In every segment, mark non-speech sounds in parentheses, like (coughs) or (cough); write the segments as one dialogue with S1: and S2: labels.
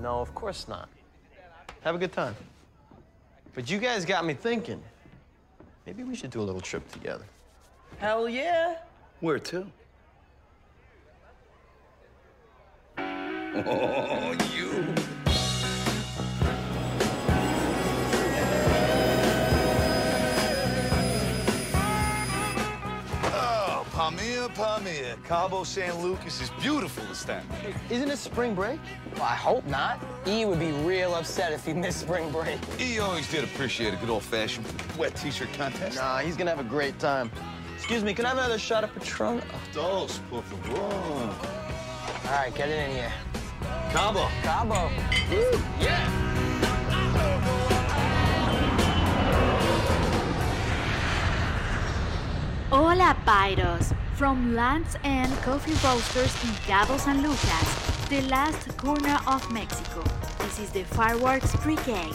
S1: No, of course not. Have a good time. But you guys got me thinking. Maybe we should do a little trip together.
S2: Hell yeah.
S3: Where to? Oh, you. Oh, Palmyra, Palmyra. Cabo San Lucas is beautiful this time.
S1: Isn't it spring break?
S2: Well, I hope not. E would be real upset if he missed spring break.
S3: He always did appreciate a good old-fashioned wet t-shirt contest.
S1: Nah, he's gonna have a great time. Excuse me, can I have another shot of Patron?
S3: Dos, por favor.
S2: All right, get it in here.
S3: Cabo.
S2: Cabo.
S4: Hola, Pyros! From Land's End Coffee Roasters in Cabo San Lucas, the last corner of Mexico. This is the Fireworks Brigade.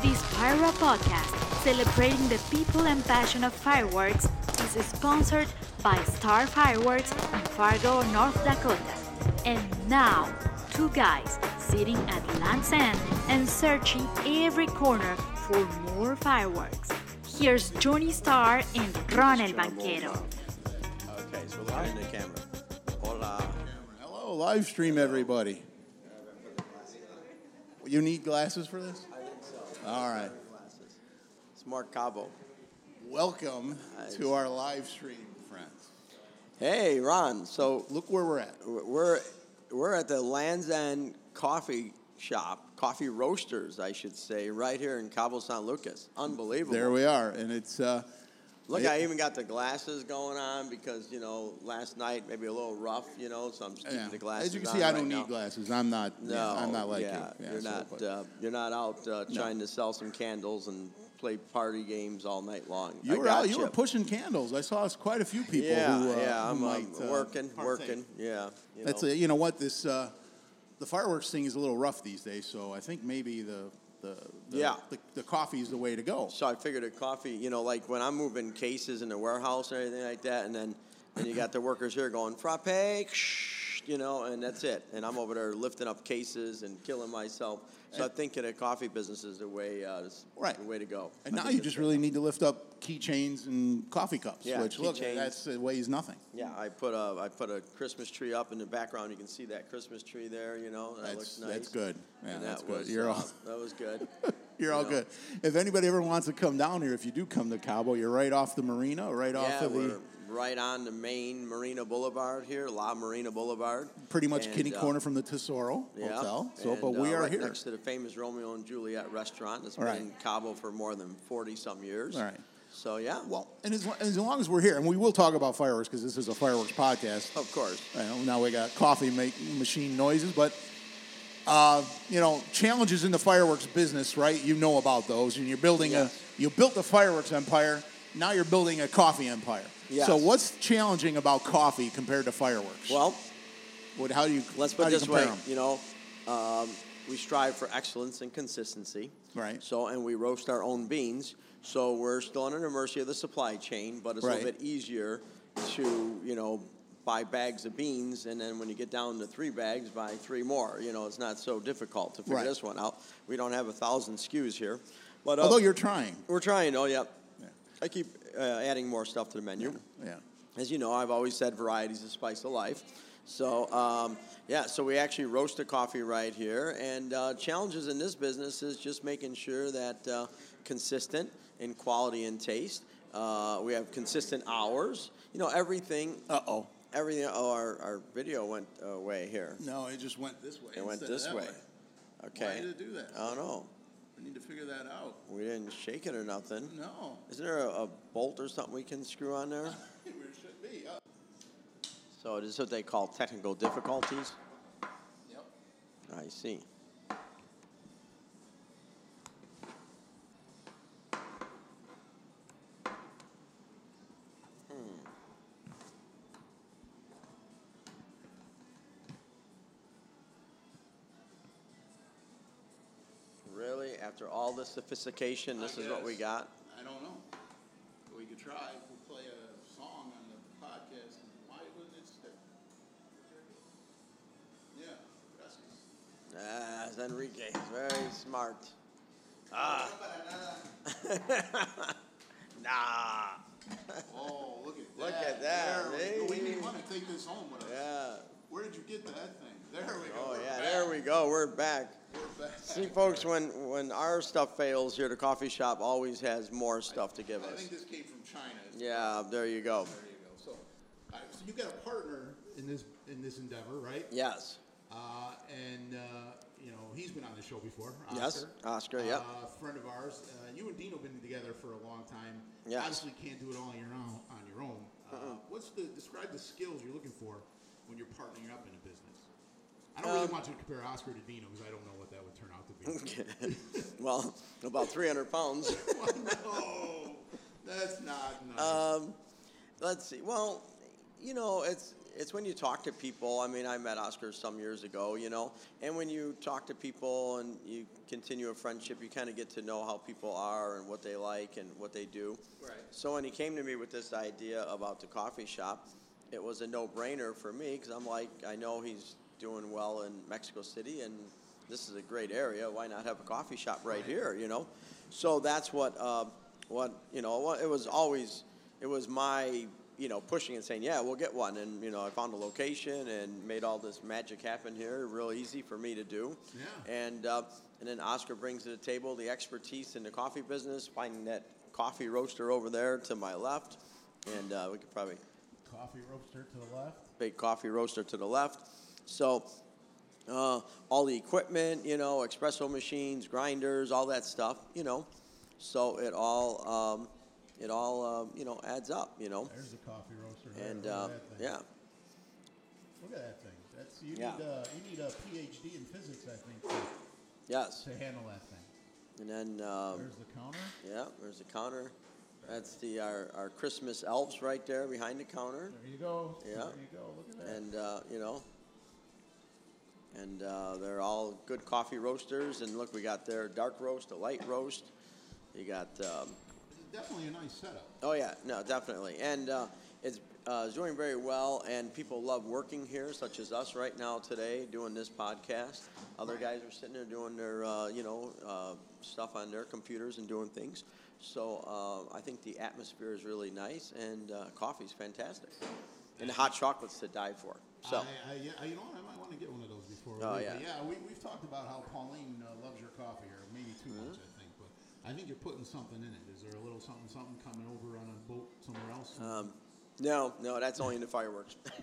S4: This Pyro podcast, celebrating the people and passion of fireworks, is sponsored by Star Fireworks in Fargo, North Dakota. And now, two guys sitting at Land's End and searching every corner for more fireworks. Here's Johnny Star and Ron El Banquero.
S5: Okay, so we're looking in the camera. Hola.
S6: Hello, live stream, everybody. You need glasses for this? I think so. All right.
S5: It's Mark Cabo.
S6: Welcome to our live stream, friends.
S5: Hey, Ron. So
S6: Look where we're at.
S5: we're we're at the Land's End Coffee Shop, Coffee Roasters, I should say, right here in Cabo San Lucas. Unbelievable.
S6: There we are, and it's uh,
S5: Look, I even got the glasses going on because you know last night maybe a little rough, you know, so I'm just keeping
S6: yeah.
S5: the glasses.
S6: as you can
S5: on
S6: see, I
S5: right
S6: don't
S5: now.
S6: need glasses. I'm not.
S5: No,
S6: yeah, I'm not like
S5: yeah,
S6: you.
S5: you're
S6: so-
S5: not. Uh, you're not out uh, trying to sell some candles and play party games all night long. I
S6: you were out.
S5: gotcha.
S6: You were pushing candles. I saw quite a few people.
S5: Yeah,
S6: who, uh,
S5: yeah.
S6: who
S5: I'm,
S6: might,
S5: I'm
S6: uh,
S5: working,
S6: partake.
S5: working. Yeah. you
S6: That's
S5: know.
S6: it. You know what? This uh, the fireworks thing is a little rough these days. So I think maybe the the, the
S5: Yeah.
S6: the, the coffee is the way to go.
S5: So I figured a coffee, you know, like when I'm moving cases in the warehouse and everything like that, and then and you got the workers here going frappe, ksh," you know, and that's it. And I'm over there lifting up cases and killing myself. So I'm thinking a coffee business is the way, uh, is
S6: Right.
S5: the way to go.
S6: And
S5: I
S6: now
S5: think
S6: you
S5: it's
S6: just
S5: the-
S6: really need to lift up keychains and coffee cups,
S5: Yeah,
S6: which look,
S5: keychains.
S6: that's it weighs nothing.
S5: Yeah, I put a I put a Christmas tree up in the background. You can see that Christmas tree there. You know, that
S6: That's
S5: looks nice.
S6: that's good. Yeah,
S5: And
S6: that's
S5: that
S6: good.
S5: was,
S6: you're
S5: uh, (laughs)
S6: all
S5: That was good.
S6: you're all
S5: know.
S6: good. If anybody ever wants to come down here, if you do come to Cabo, you're right off the marina, right off
S5: yeah,
S6: of
S5: we're
S6: the
S5: right on the main Marina Boulevard here, La Marina Boulevard.
S6: pretty much
S5: And,
S6: kitty
S5: uh,
S6: corner from the Tesoro
S5: yeah,
S6: Hotel. So, but
S5: and,
S6: we
S5: uh,
S6: are
S5: right
S6: here.
S5: next to the famous Romeo and Juliet restaurant. That's
S6: All
S5: been
S6: right.
S5: in Cabo for more than forty some years.
S6: All right.
S5: So yeah,
S6: Well, and as, lo- as long as we're here, and we will talk about fireworks because this is a fireworks podcast.
S5: of course.
S6: You know, now we got coffee make machine noises, but uh, you know challenges in the fireworks business, right? You know about those, and you're building
S5: Yes.
S6: a you built a fireworks empire. Now you're building a coffee empire.
S5: Yes.
S6: So what's challenging about coffee compared to fireworks?
S5: Well,
S6: what, how do you
S5: let's
S6: how
S5: put it
S6: do you
S5: this way.
S6: compare 'em?
S5: You know, um, we strive for excellence and consistency.
S6: Right.
S5: So, and we roast our own beans. So we're still under the mercy of the supply chain, but it's a little
S6: Right.
S5: bit easier to you know buy bags of beans, and then when you get down to three bags, buy three more. You know, it's not so difficult to figure
S6: Right.
S5: this one out. We don't have a thousand SKUs here, but uh,
S6: Although you're trying,
S5: We're trying. Oh, yep.
S6: Yeah.
S5: I keep uh, adding more stuff to the menu.
S6: yeah,
S5: As you know, I've always said variety is the spice of life. So um, yeah, so we actually roast a coffee right here, and uh, challenges in this business is just making sure that uh, consistent in quality and taste. Uh, we have consistent hours. You know everything. Uh oh. Everything. Oh, our, our video went away here.
S6: no, it just went this way.
S5: It went this way. Okay.
S6: Why did it do that?
S5: I don't know.
S6: We need to figure that out.
S5: We didn't shake it or nothing.
S6: No, (laughs)
S5: Isn't there a, a bolt or something we can screw on there?
S6: it should be.
S5: So this is what they call technical difficulties.
S6: Yep.
S5: I see. Hmm. Really? After all the sophistication, this is what we got?
S6: I don't know. We could try. We'll play a song on the podcast. Why wouldn't it stick? Yeah.
S5: Ah, then Enrique. Very smart. (laughs) Ah.
S6: Oh, look at
S5: Look at that,
S6: There we go.
S5: eh?
S6: want to take this home with us.
S5: nah. Yeah.
S6: Where did you get that thing? There we go.
S5: Oh
S6: We're
S5: yeah.
S6: back.
S5: There we go. We're back.
S6: We're back.
S5: See, folks, when when our stuff fails here, the coffee shop always has more stuff to give us.
S6: I think this came from China.
S5: Yeah. There you go.
S6: There you go. So, all right, so you got a partner in this in this endeavor, right?
S5: Yes. (laughs)
S6: Uh, and uh, you know he's been on the show before. Oscar.
S5: Yes, Oscar, yep.
S6: Uh, friend of ours. Uh, you and Dean have been together for a long time.
S5: Yes.
S6: Obviously, can't do it all on your own. On your own. Uh, What's the describe the skills you're looking for when you're partnering up in a business? I don't
S5: Um,
S6: really want to compare Oscar to Dino because I don't know what that would turn out
S5: (laughs)
S6: to be.
S5: Well, about 300 pounds.
S6: no, that's not nice.
S5: Let's see. Well, you know, it's it's when you talk to people. I mean, I met Oscar some years ago, you know, and when you talk to people and you continue a friendship, you kind of get to know how people are and what they like and what they do. Right. So when he came to me with this idea about the coffee shop, it was a no-brainer for me because I'm like, I know he's doing well in Mexico City and this is a great area. Why not have a coffee shop right, here? You know, so that's what uh, what you know. what- It was always it was my you know pushing and saying yeah we'll get one and you know i found a location and made all this magic happen here real easy for me to do
S6: Yeah.
S5: and uh, and then oscar brings to the table the expertise in the coffee business finding that coffee roaster over there to my left and uh, we could probably
S6: Coffee roaster to the left.
S5: big coffee roaster to the left so uh, all the equipment you know espresso machines grinders all that stuff you know so it all um, it all um, you know adds up you know
S6: There's the coffee roaster. there.
S5: and
S6: Look at
S5: uh,
S6: that thing.
S5: yeah,
S6: Look at that thing. That's you
S5: Yeah.
S6: need uh, you need a PhD in physics, I think, to,
S5: yes.
S6: to handle that thing.
S5: And then um,
S6: There's the counter.
S5: yeah, there's the counter. That's the our, our Christmas elves right there behind the counter,
S6: There you go.
S5: Yeah.
S6: There you go. Look at that.
S5: and uh, you know, and uh, they're all good coffee roasters. And look, we got their dark roast, a light roast. You got um,
S6: It's definitely a nice setup.
S5: Oh yeah, no, definitely, and uh, it's uh, it's doing very well, and people love working here, such as us right now today doing this podcast. Other guys are sitting there doing their uh, you know uh, stuff on their computers and doing things. So uh, I think the atmosphere is really nice, and uh, coffee's fantastic, and hot chocolates to die for. So
S6: I, I, yeah, I- you know what? I might want to get one of those before. we
S5: Oh,
S6: leave,
S5: yeah.
S6: but yeah. We, we've talked about how Pauline uh, loves your coffee, or maybe too
S5: Mm-hmm.
S6: much, I think. But I think you're putting something in it. Is there a little something something coming over on a boat somewhere else?
S5: no, no, that's only in the fireworks. (laughs)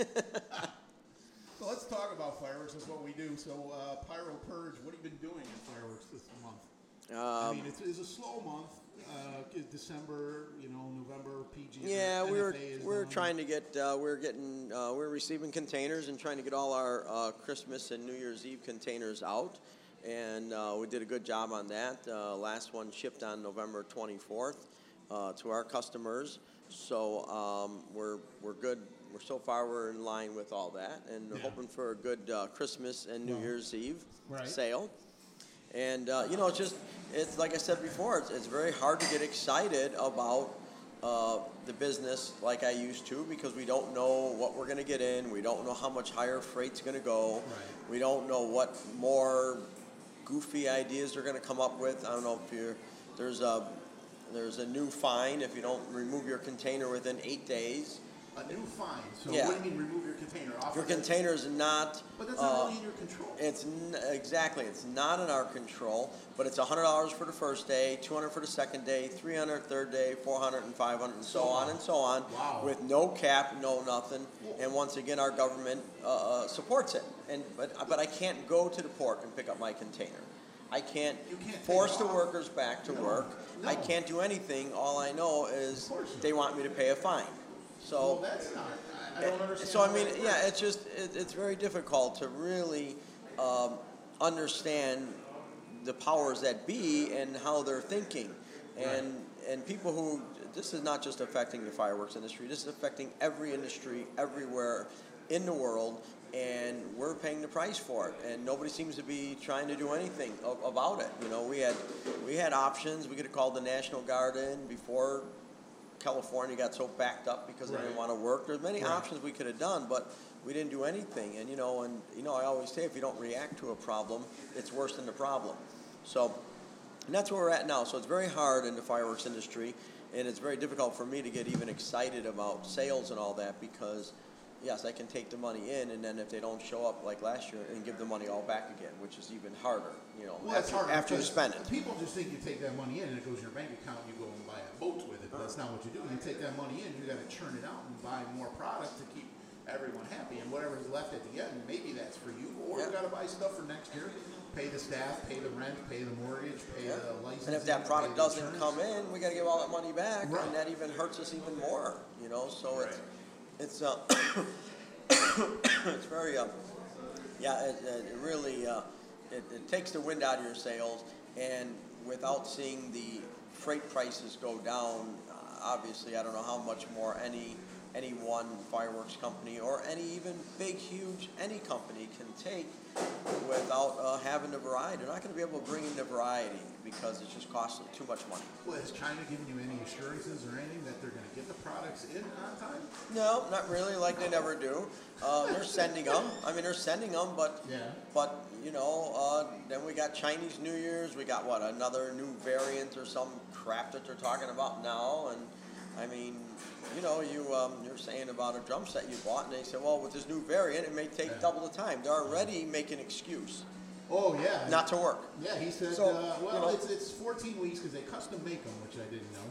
S6: so let's talk about fireworks. That's what we do. So uh, Pyro Purge, what have you been doing in fireworks this month? I
S5: Um,
S6: mean, it's, it's a slow month. Uh, 'cause December, you know, November, PG.
S5: Yeah, we were
S6: NFA is
S5: we were
S6: going.
S5: trying to get uh, we were getting uh, we were receiving containers and trying to get all our uh, Christmas and New Year's Eve containers out, and uh, we did a good job on that. Uh, last one shipped on November 24th uh, to our customers, so um, we're we're good. We're so far we're in line with all that, and we're
S6: Yeah.
S5: hoping for a good uh, Christmas and New Year's Eve
S6: Right.
S5: sale. And uh, you know, it's just it's like I said before, it's, it's very hard to get excited about uh, the business like I used to because we don't know what we're going to get in. We don't know how much higher freight's going to go.
S6: Right.
S5: We don't know what more goofy ideas they're going to come up with. I don't know if you're there's a there's a new fine if you don't remove your container within eight days.
S6: a new fine. So
S5: Yeah.
S6: what do you mean remove your container off?
S5: Your
S6: of it?
S5: container is not.
S6: But that's
S5: uh,
S6: not really in your control.
S5: It's n- exactly. It's not in our control, but it's hundred dollars for the first day, two hundred for the second day, 300 third day, 400 and 500 and so on and so on,
S6: Wow.
S5: with no cap, no nothing. And once again, our government uh, uh, supports it. And but but I can't go to the port and pick up my container. I can't,
S6: You can't take
S5: force
S6: it
S5: the
S6: off.
S5: workers back to work. I
S6: No.
S5: can't do anything. All I know is
S6: course not.
S5: they want me to pay a fine. So
S6: Well, that's not. I, I don't understand.
S5: Eh, so I
S6: how
S5: mean,
S6: that works.
S5: yeah, it's just it, it's very difficult to really um, understand the powers that be and how they're thinking, and and people who this is not just affecting the fireworks industry. This is affecting every industry everywhere in the world, and we're paying the price for it. And nobody seems to be trying to do anything a- about it. You know, we had we had options. We could have called the National Guard in before California got so backed up because they didn't
S7: Right.
S5: want to work. There's many
S7: Right.
S5: options we could have done, but we didn't do anything. And you know, and you know, I always say if you don't react to a problem, it's worse than the problem. So, and that's where we're at now. So it's very hard in the fireworks industry, and it's very difficult for me to get even excited about sales and all that because. Yes, I can take the money in, and then if they don't show up like last year, and give the money all back again, which is even harder, you know,
S7: Well, that's
S5: after,
S7: hard
S5: after you
S7: because
S5: spend it.
S7: People just think you take that money in and it goes in your bank account and you go and buy a boat with it. But that's not what you do. You take that money in, you got to churn it out and buy more product to keep everyone happy. And whatever's left at the end, maybe that's for you, or
S5: Yeah.
S7: you got to buy stuff for next year. Pay the staff, pay the rent, pay the mortgage, pay
S5: Yeah.
S7: the license.
S5: And if that product doesn't come in, we gotta give all that money back,
S7: Right.
S5: and that even hurts us even more, you know, so it's, it's, uh, (coughs) it's very, uh, yeah, it, it it really, uh, it, it takes the wind out of your sails, and without seeing the freight prices go down, uh, obviously, I don't know how much more any, any one fireworks company, or any even big, huge, any company can take without uh, having the variety. They're not gonna be able to bring in the variety, because it's just costing too much money.
S7: Well, has China given you any assurances or anything that they're going to get the products in on time?
S5: No, not really. Like they never do. Uh, they're sending them. I mean, they're sending them, but
S7: Yeah.
S5: but you know, uh, then we got Chinese New Year's. We got what another new variant or some crap that they're talking about now. And I mean, you know, you um, you're saying about a drum set you bought, and they said, well, with this new variant, it may take double the time. They're already making excuse
S7: Oh yeah.
S5: not to work.
S7: Yeah, he said.
S5: So,
S7: uh,
S5: you
S7: well,
S5: know-
S7: it's it's 14 weeks because they custom make them, which I didn't know.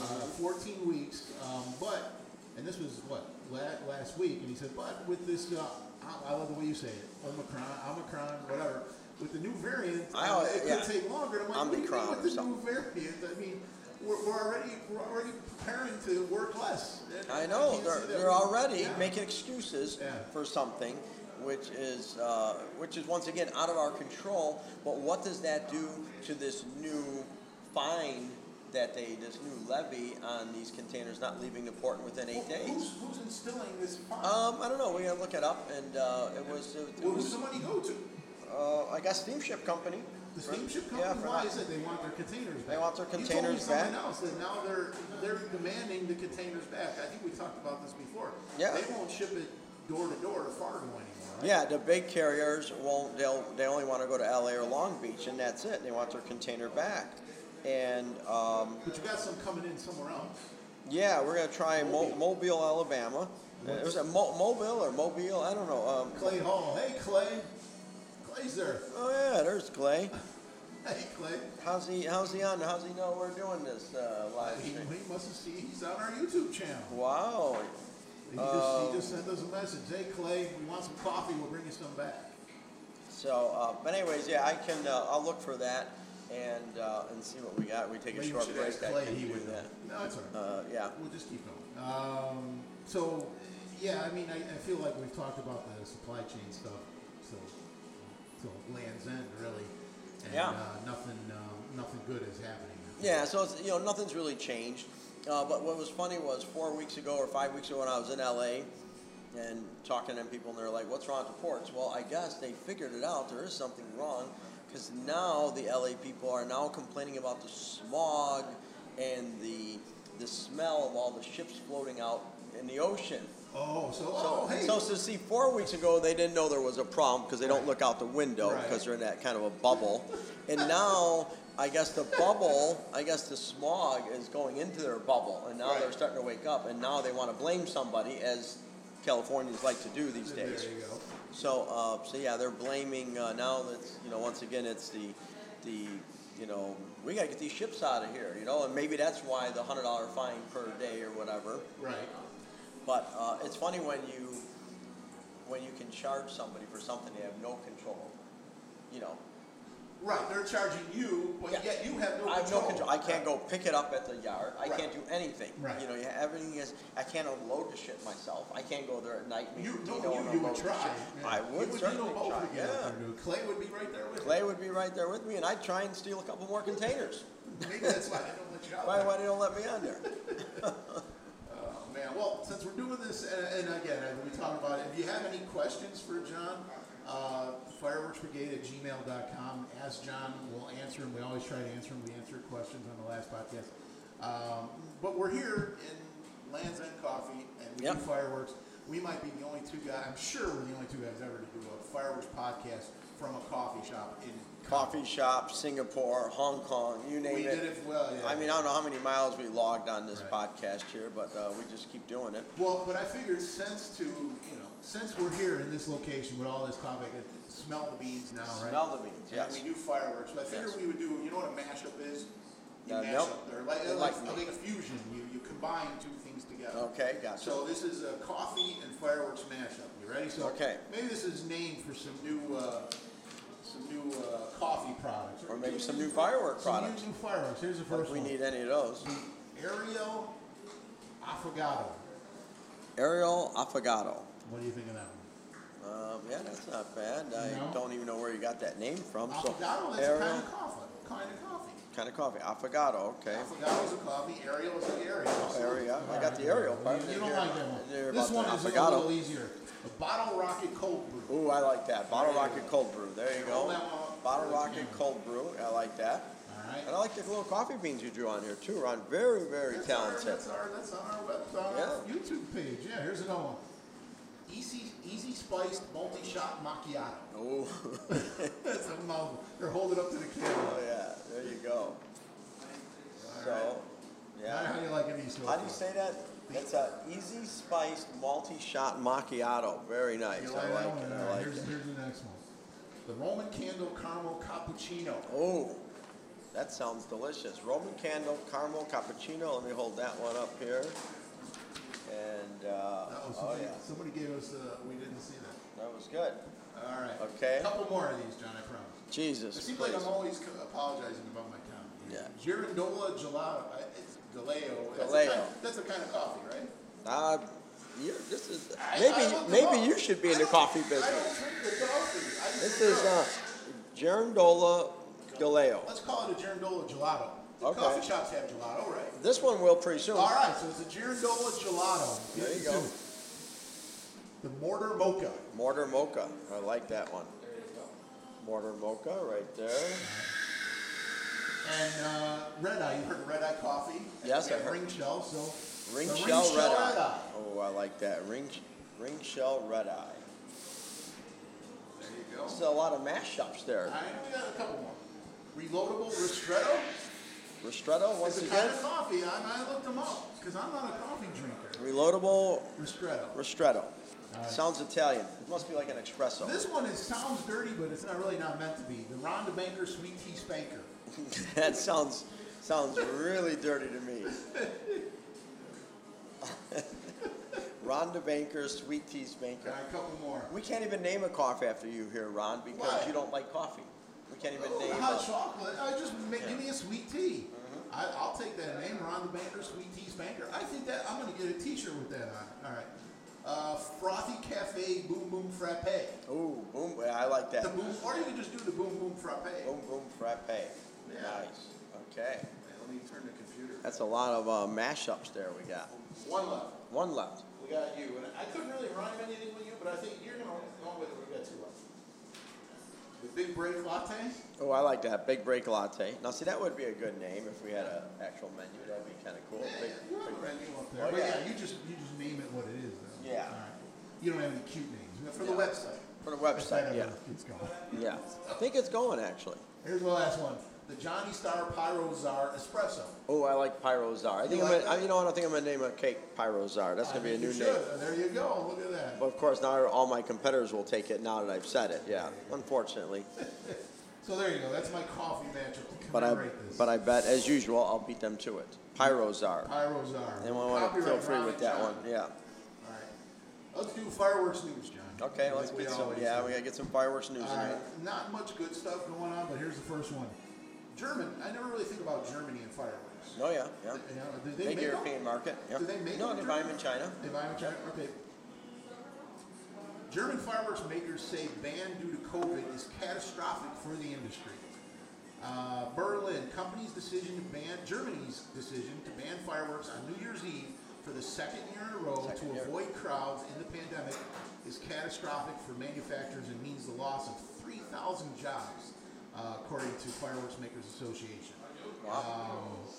S7: Uh, 14 weeks, um, but and this was what la- last week, and he said, but with this, uh, I, I love the way you say it, Omicron, Omicron, whatever. With the new variant,
S5: I
S7: uh,
S5: always-
S7: it could
S5: yeah.
S7: take longer. I'm like, what do you mean
S5: Omicron or
S7: with the new
S5: something.
S7: variant? I mean, we're, we're already we're already preparing to work less. And
S5: I
S7: can't
S5: know
S7: see
S5: they're,
S7: that
S5: they're
S7: we-
S5: already
S7: yeah.
S5: making excuses
S7: Yeah.
S5: for something, which is uh, which is once again out of our control. But what does that do to this new fine that they this new levy on these containers not leaving the port within eight
S7: Who- Who's,
S5: days?
S7: who's instilling this? fine?
S5: Um, I don't know. We gotta look it up, and uh, it was it
S7: Well, who's
S5: was
S7: the money go to?
S5: uh, I guess steamship company.
S7: The
S5: for-
S7: steamship
S5: Yeah,
S7: company,
S5: for
S7: why
S5: not-
S7: is it they want their containers back?
S5: They want their containers
S7: You told me something
S5: back.
S7: else, that now they're, they're demanding the containers back. I think we talked about this before.
S5: Yeah.
S7: They won't ship it door to door to Fargo anymore, right?
S5: Yeah, the big carriers won't. They'll they only want to go to L.A. or Long Beach, and that's it. They want their container back, and um,
S7: But you got some coming in somewhere else.
S5: yeah, we're gonna try Mo- Mobile, Alabama. Uh, It was a Mo- Mobile or Mobile. I don't know. Um,
S7: Clay Hall, hey Clay. Clay's there.
S5: oh yeah, there's Clay.
S7: Hey Clay.
S5: How's he? How's he on? How's he know we're doing this uh, live
S7: He,
S5: stream?
S7: he must have seen, he's on our YouTube channel.
S5: Wow.
S7: He just, he just sent us a message, hey Clay, we want some coffee, we'll bring you some back.
S5: So, uh, but anyways, yeah, I can. Uh, I'll look for that and uh, and see what we got. We take a
S7: Maybe we
S5: short
S7: should
S5: break.
S7: ask
S5: I
S7: Clay,
S5: can
S7: he
S5: do
S7: would know.
S5: that.
S7: No, it's all right.
S5: Uh, yeah.
S7: We'll just keep going. Um, so, yeah, I mean, I, I feel like we've talked about the supply chain stuff till, till land's end, really. And
S5: Yeah.
S7: uh, nothing, uh, nothing good is happening.
S5: Yeah, so it's, you know nothing's really changed. Uh, but what was funny was four weeks ago or five weeks ago when I was in LA and talking to people, and they're like, "What's wrong with the ports?" Well, I guess they figured it out. There is something wrong because now the LA people are now complaining about the smog and the the smell of all the ships floating out in the ocean.
S7: Oh, so,
S5: So,
S7: oh, hey.
S5: so to see, four weeks ago they didn't know there was a problem because they don't look out the window
S7: Right.
S5: because they're in that kind of a bubble, and now I guess the bubble, I guess the smog is going into their bubble, and now they're
S7: Right.
S5: starting to wake up, and now they want to blame somebody as Californians like to do these
S7: there
S5: days.
S7: you go.
S5: So, uh, so yeah, they're blaming uh, now. That's you know, once again, it's the, the, you know, we gotta get these ships out of here, you know, and maybe that's why the hundred dollar fine per day or whatever.
S7: Right.
S5: But uh, it's funny when you when you can charge somebody for something they have no control over. You know,
S7: Right, they're charging you, but
S5: Yeah.
S7: yet you have no control.
S5: I have no control. I can't go pick it up at the yard. I
S7: Right.
S5: can't do anything.
S7: Right.
S5: You know, you- everything is. I can't unload the shit myself. I can't go there at night. and
S7: You,
S5: Dino
S7: no,
S5: and
S7: you, you
S5: unload
S7: would
S5: the
S7: try.
S5: shit.
S7: yeah.
S5: I
S7: You
S5: would
S7: you know
S5: certainly
S7: both
S5: try.
S7: would get out
S5: Yeah.
S7: there, dude. Clay would be right there with
S5: Clay would be right there with me, and I'd try and steal a couple more containers.
S7: you. Maybe that's why they don't let you out
S5: Why?
S7: there.
S5: Why they don't let me on there?
S7: Oh, man. Well, since we're doing this, and, and again, I- we talked about it. If you have any questions for John, uh, fireworksbrigade at gmail.com. Ask John. We'll answer them. We always try to answer them. We answered questions on the last podcast. Um, but we're here in Land's End Coffee and we
S5: Yep.
S7: do fireworks. We might be the only two guys. I'm sure we're the only two guys ever to do a fireworks podcast from a coffee shop in
S5: Coffee shop, Singapore, Hong Kong, you name
S7: We
S5: it.
S7: did it well, yeah.
S5: I mean, I don't know how many miles we logged on this
S7: Right.
S5: podcast here, but uh, we just keep doing it.
S7: Well, but I figured since to you know since we're here in this location with all this coffee, I could smell the beans now, right?
S5: Smell the beans,
S7: Yeah,
S5: yes.
S7: we do fireworks, but I figured
S5: Yes.
S7: we would do. You know what a mashup is? You
S5: Uh,
S7: mash
S5: nope.
S7: up. They're like,
S5: They
S7: like,
S5: like
S7: I
S5: me.
S7: think a fusion. You you combine two things together.
S5: Okay, gotcha.
S7: So this is a coffee and fireworks mashup. You ready? So
S5: Okay.
S7: Maybe this is named for some new. Uh, some new uh, coffee products,
S5: Or maybe some new firework
S7: Some new-
S5: products.
S7: new fireworks. Here's the
S5: But if
S7: first
S5: we
S7: one.
S5: need any of those.
S7: Ariel Affogato.
S5: Ariel Affogato.
S7: What do you think of that one?
S5: Um, yeah, that's not bad. I
S7: No.
S5: don't even know where you got that name from. So
S7: Affogato, that's a
S5: Ariel,
S7: kind of coffee. Kind of coffee.
S5: kind of coffee. Affogato, okay.
S7: Affogato is a coffee. Ariel is an Ariel.
S5: Ariel, I got the Ariel part.
S7: You, you don't like that one.
S5: You're
S7: This
S5: about
S7: one
S5: to
S7: is a
S5: Affogato.
S7: little easier. A bottle rocket cold brew.
S5: Ooh, I like that. Bottle
S7: There you
S5: Rocket Cold Brew. There you
S7: Roll
S5: go.
S7: that one up.
S5: Bottle
S7: Yeah.
S5: Rocket Cold Brew. I like that.
S7: All right.
S5: And I like the little coffee beans you drew on here too, Ron. Very, very
S7: That's
S5: talented.
S7: Our, that's, our, that's on our website, on our
S5: Yeah.
S7: YouTube page. Yeah, here's another one. Easy, easy spiced multi shot macchiato. (laughs)
S5: Ooh, (laughs)
S7: That's a mouthful. They're holding up to the
S5: oh
S7: camera.
S5: yeah, there you go. So,
S7: How
S5: yeah.
S7: do you like it, Easy?
S5: How do you say that? It's a easy spiced multi-shot macchiato. Very nice.
S7: You
S5: I
S7: like that
S5: like
S7: one?
S5: it.
S7: All
S5: I
S7: right,
S5: like
S7: here's,
S5: it.
S7: here's the next one. The Roman Candle Caramel Cappuccino.
S5: Oh, that sounds delicious. Roman candle, caramel cappuccino. Let me hold that one up here. And uh,
S7: That was
S5: oh
S7: somebody,
S5: yeah,
S7: somebody gave us, uh, we didn't see that.
S5: that was good.
S7: All right.
S5: Okay.
S7: A couple more of these, John, I promise.
S5: Jesus.
S7: It seems like
S5: please.
S7: I'm always co- apologizing about my comment.
S5: Yeah.
S7: Girandola gelato, I- it's Galeo. That's a
S5: Galeo.
S7: kind- That's a kind of coffee, right?
S5: Uh, you're, this is
S7: I- I
S5: maybe
S7: looked them
S5: maybe
S7: up.
S5: you should be
S7: I
S5: in the
S7: don't-
S5: coffee
S7: I
S5: business.
S7: don't drink the coffee. I just
S5: This
S7: looked
S5: is uh,
S7: it up.
S5: Girandola Galeo.
S7: Let's call it a Girandola gelato. The
S5: Okay.
S7: coffee shops have gelato, right?
S5: This one will pretty soon.
S7: All right, so it's a Girandola gelato.
S5: There you
S7: Here's
S5: go.
S7: two. The mortar mocha.
S5: Mortar mocha. I like that one. Mortar mocha right there.
S7: And uh, Red Eye, you heard of Red Eye Coffee?
S5: Yes,
S7: We
S5: I
S7: have
S5: heard.
S7: Ring Shell, so.
S5: Ring
S7: the
S5: shell red eye. Oh, I like that. Ring ring shell red eye.
S7: There you go.
S5: There's a lot of mashups there.
S7: All right, we got a couple more. Reloadable Ristretto.
S5: Ristretto once
S7: It's a
S5: again.
S7: kind of coffee. I, I looked them up because I'm not a coffee drinker.
S5: Reloadable
S7: Ristretto.
S5: ristretto. Sounds Italian. It must be like an espresso.
S7: (laughs) This one is, sounds dirty, but it's not really not meant to be. The Rhonda Banker Sweet Tea Spanker.
S5: that sounds sounds really dirty to
S7: (laughs)
S5: me. Rhonda Banker, Sweet Teas
S7: All
S5: Banker.
S7: right, a couple more.
S5: We can't even name a coffee after you here, Ron, because
S7: Why?
S5: you don't like coffee. We can't even
S7: Oh,
S5: name.
S7: the hot
S5: a-
S7: chocolate. I just make, give me a sweet tea. I, I'll take that name, Ron the Banker, Sweet Tea Spanker. I think that I'm gonna get a T-shirt with that on. it. All right. Uh, frothy Cafe Boom Boom Frappe.
S5: Ooh, boom! yeah, I like that.
S7: The boom, or you can just do the Boom Boom Frappe.
S5: Boom, boom, frappe.
S7: Yeah.
S5: Nice. Okay,
S7: Oh, Man, let me turn the computer.
S5: that's a lot of uh, mashups there. We got
S7: One left.
S5: one left.
S7: We got you, and I couldn't really rhyme anything with you, but I think you're gonna go with it. We got two left. The Big Break Latte.
S5: Oh, I like that big break latte. Now, see, that would be a good name if we had an actual menu. That'd be kind of cool. Big-
S7: you have
S5: big
S7: a
S5: break.
S7: menu up
S5: Oh,
S7: there. But
S5: yeah.
S7: yeah, you just you just name it what it is. Though.
S5: Yeah.
S7: All right. You don't have any cute names for the
S5: Yeah.
S7: website.
S5: For the
S7: That's not
S5: website,
S7: how
S5: yeah.
S7: It's going.
S5: Yeah. I think it's going actually.
S7: Here's the last one. The Johnny Star Pyro Czar Espresso.
S5: Oh, I like Pyro Czar. I think
S7: You
S5: I'm
S7: like
S5: gonna, I-
S7: that?
S5: you know, I don't think I'm gonna name a cake Pyro Czar. That's gonna be a new name.
S7: There you go. Look at that.
S5: But of course, now all my competitors will take it now that I've said it. Yeah, unfortunately.
S7: So there you go. That's my coffee matchup to
S5: But I,
S7: commemorate this.
S5: but I bet as usual, I'll beat them to it. Pyro Czar.
S7: Pyro Czar.
S5: And we want to feel
S7: Copyright
S5: free
S7: Ron
S5: with
S7: and
S5: that
S7: John.
S5: one. Yeah.
S7: All right. Let's do fireworks news, John.
S5: Okay, let's
S7: Like we
S5: get some.
S7: always
S5: Yeah,
S7: do.
S5: we gotta get some fireworks news in
S7: All right.
S5: there.
S7: Not much good stuff going on, but here's the first one. German. I never really think about Germany and fireworks.
S5: Oh yeah, yeah.
S7: You know, do they
S5: Big
S7: make them?
S5: European market. Yeah.
S7: Do they make
S5: No,
S7: them
S5: they
S7: in
S5: buy
S7: Germany?
S5: them in China.
S7: They buy them in China? Okay. German fireworks makers say ban due to COVID is catastrophic for the industry. Uh, Berlin, company's decision to ban, Germany's decision to ban fireworks on New Year's Eve for the second year in a row
S5: Second
S7: to
S5: year.
S7: avoid crowds in the pandemic is catastrophic for manufacturers and means the loss of 3,000 jobs, uh, according to Fireworks Makers Association.
S5: Wow.
S7: Um,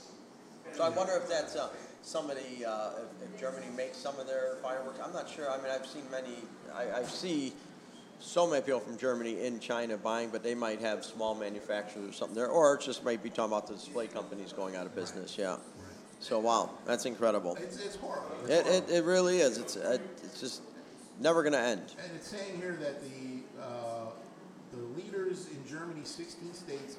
S5: So I wonder if that's uh, somebody, uh, if, if Germany makes some of their fireworks. I'm not sure. I mean, I've seen many, I, I see so many people from Germany in China buying, but they might have small manufacturers or something there, or it just might be talking about the display companies going out of business. Yeah. So wow, that's incredible.
S7: It's, it's horrible. It's
S5: It,
S7: horrible.
S5: it, it really is. It's uh, it's just never going to end.
S7: And it's saying here that the, uh, the leaders in Germany, 16 states,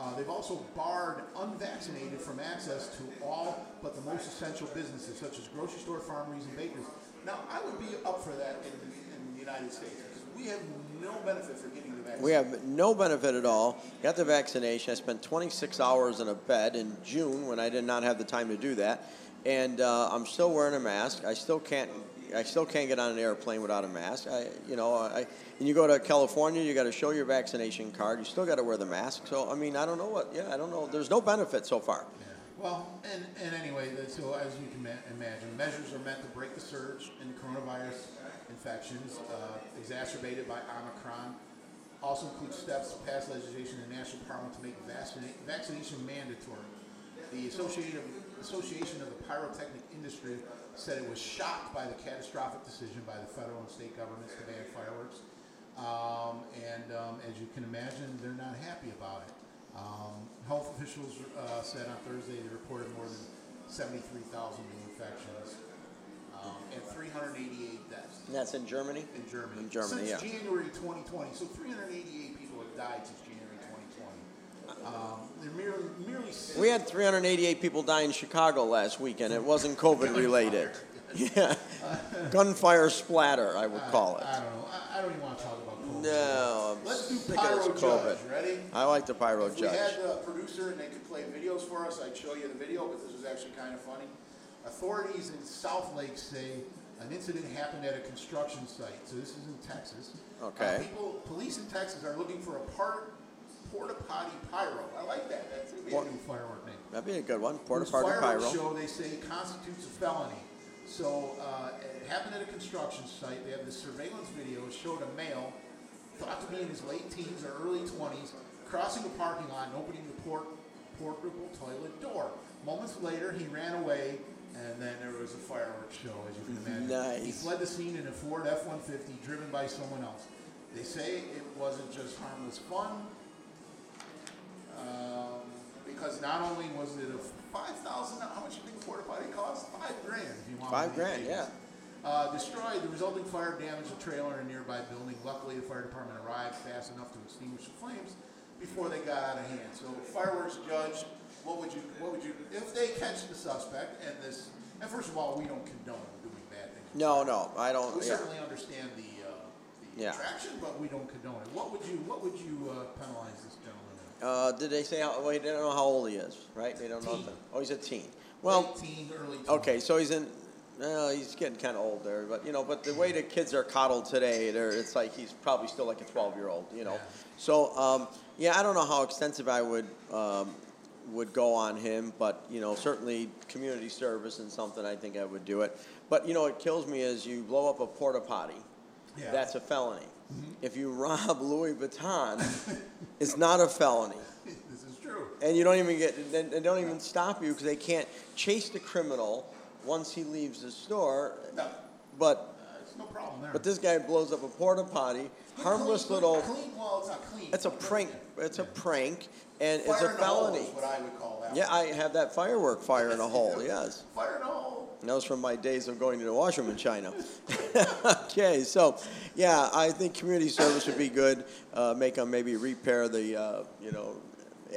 S7: uh, they've also barred unvaccinated from access to all but the most essential businesses, such as grocery store, farmeries, and bakeries. Now, I would be up for that in, in the United States because we have no benefit for getting the vaccine.
S5: We have no benefit at all. Got the vaccination. I spent 26 hours in a bed in June when I did not have the time to do that, and uh, I'm still wearing a mask. I still can't. I still can't get on an airplane without a mask. I, you know, I. And you go to California, you got to show your vaccination card. You still got to wear the mask. So I mean, I don't know what. Yeah, I don't know. There's no benefit so far.
S7: Well, and, and anyway, the- so as you can ma- imagine, measures are meant to break the surge in coronavirus infections uh, exacerbated by Omicron. Also include steps to pass legislation in the national parliament to make vaccina- vaccination mandatory. The Association of, Association of the Pyrotechnic Industry said it was shocked by the catastrophic decision by the federal and state governments to ban fireworks. Um, and um, as you can imagine, they're not happy about it. Um, health officials uh, said on Thursday they reported more than 73,000 new infections um, and 388 deaths
S5: And that's in Germany.
S7: in Germany.
S5: In Germany,
S7: since
S5: yeah.
S7: January 2020, so 388 people have died since January 2020. Um, they're merely, merely six-
S5: We had 388 people die in Chicago last weekend. It wasn't COVID related. (laughs) Yeah, gunfire splatter, I would call it.
S7: I don't know. I, I don't even want to talk about COVID.
S5: No, I'm
S7: Let's do
S5: sick of
S7: pyro
S5: this
S7: judge.
S5: COVID.
S7: Ready?
S5: I like the pyro
S7: If we
S5: judge.
S7: had the producer and they could play videos for us, I'd show you the video, but this was actually kind of funny. Authorities in South Lake say an incident happened at a construction site. So this is in Texas.
S5: Okay.
S7: Uh, people, police in Texas are looking for a part, porta potty pyro. I like that. That's a
S5: What-
S7: new firework name.
S5: That'd be a good one. Porta
S7: Whose
S5: party
S7: fireworks
S5: pyro.
S7: show they say constitutes a felony. So uh, it happened at a construction site. They have this surveillance video. It showed a male thought to be in his late teens or early 20s crossing a parking lot and opening the port- portable toilet door. Moments later, he ran away, and then there was a fireworks show, as you can imagine. He
S5: Nice.
S7: fled the scene in a Ford F-150 driven by someone else. They say it wasn't just harmless fun um, because not only was it a five thousand, how much you think a porta potty cost? Five grand. If you want
S5: Five
S7: one of
S5: grand,
S7: these
S5: yeah.
S7: things. Uh, destroyed. The resulting fire damaged a trailer in a nearby building. Luckily, the fire department arrived fast enough to extinguish the flames before they got out of hand. So, fireworks judge, what would you, what would you, if they catch the suspect and this? And first of all, we don't condone doing bad things.
S5: No, no, I
S7: We
S5: don't. Oh, Yeah.
S7: certainly understand the, uh, the
S5: Yeah.
S7: attraction, but we don't condone it. What would you, what would you uh, penalize this gentleman? with?
S5: Uh, did they say how? Well, they don't know how old he is, right? They don't know.
S7: Teen.
S5: that. Oh, he's a teen. Well,
S7: Late teen, early 20s.
S5: okay, so he's in. Well, he's getting kind of old there, but you know, but the way the kids are coddled today, they're, it's like he's probably still like a 12-year-old, you know.
S7: Yeah.
S5: So, um, yeah, I don't know how extensive I would um, would go on him, but you know, certainly community service and something. I think I would do it. But you know, what kills me is you blow up a porta potty.
S7: Yeah. Mm-hmm.
S5: That's a felony. If you (laughs) rob Louis Vuitton, it's not a felony
S7: This is true.
S5: and you don't even get they, they don't even stop you because they can't chase the criminal once he leaves the store
S7: No,
S5: but
S7: there's no problem there.
S5: but this guy blows up a porta potty harmless
S7: Clean-
S5: little
S7: Clean, well, it's not clean.
S5: it's a prank it's a prank and it's
S7: Fire
S5: a
S7: in the hole is
S5: felony
S7: what I would call that.
S5: yeah
S7: one.
S5: i have that firework fire in a hole yes
S7: Fire in a hole.
S5: and that was from my days of going to the washroom in China. (laughs) okay, so yeah, I think community service would be good. Uh, make them maybe repair the, uh, you know,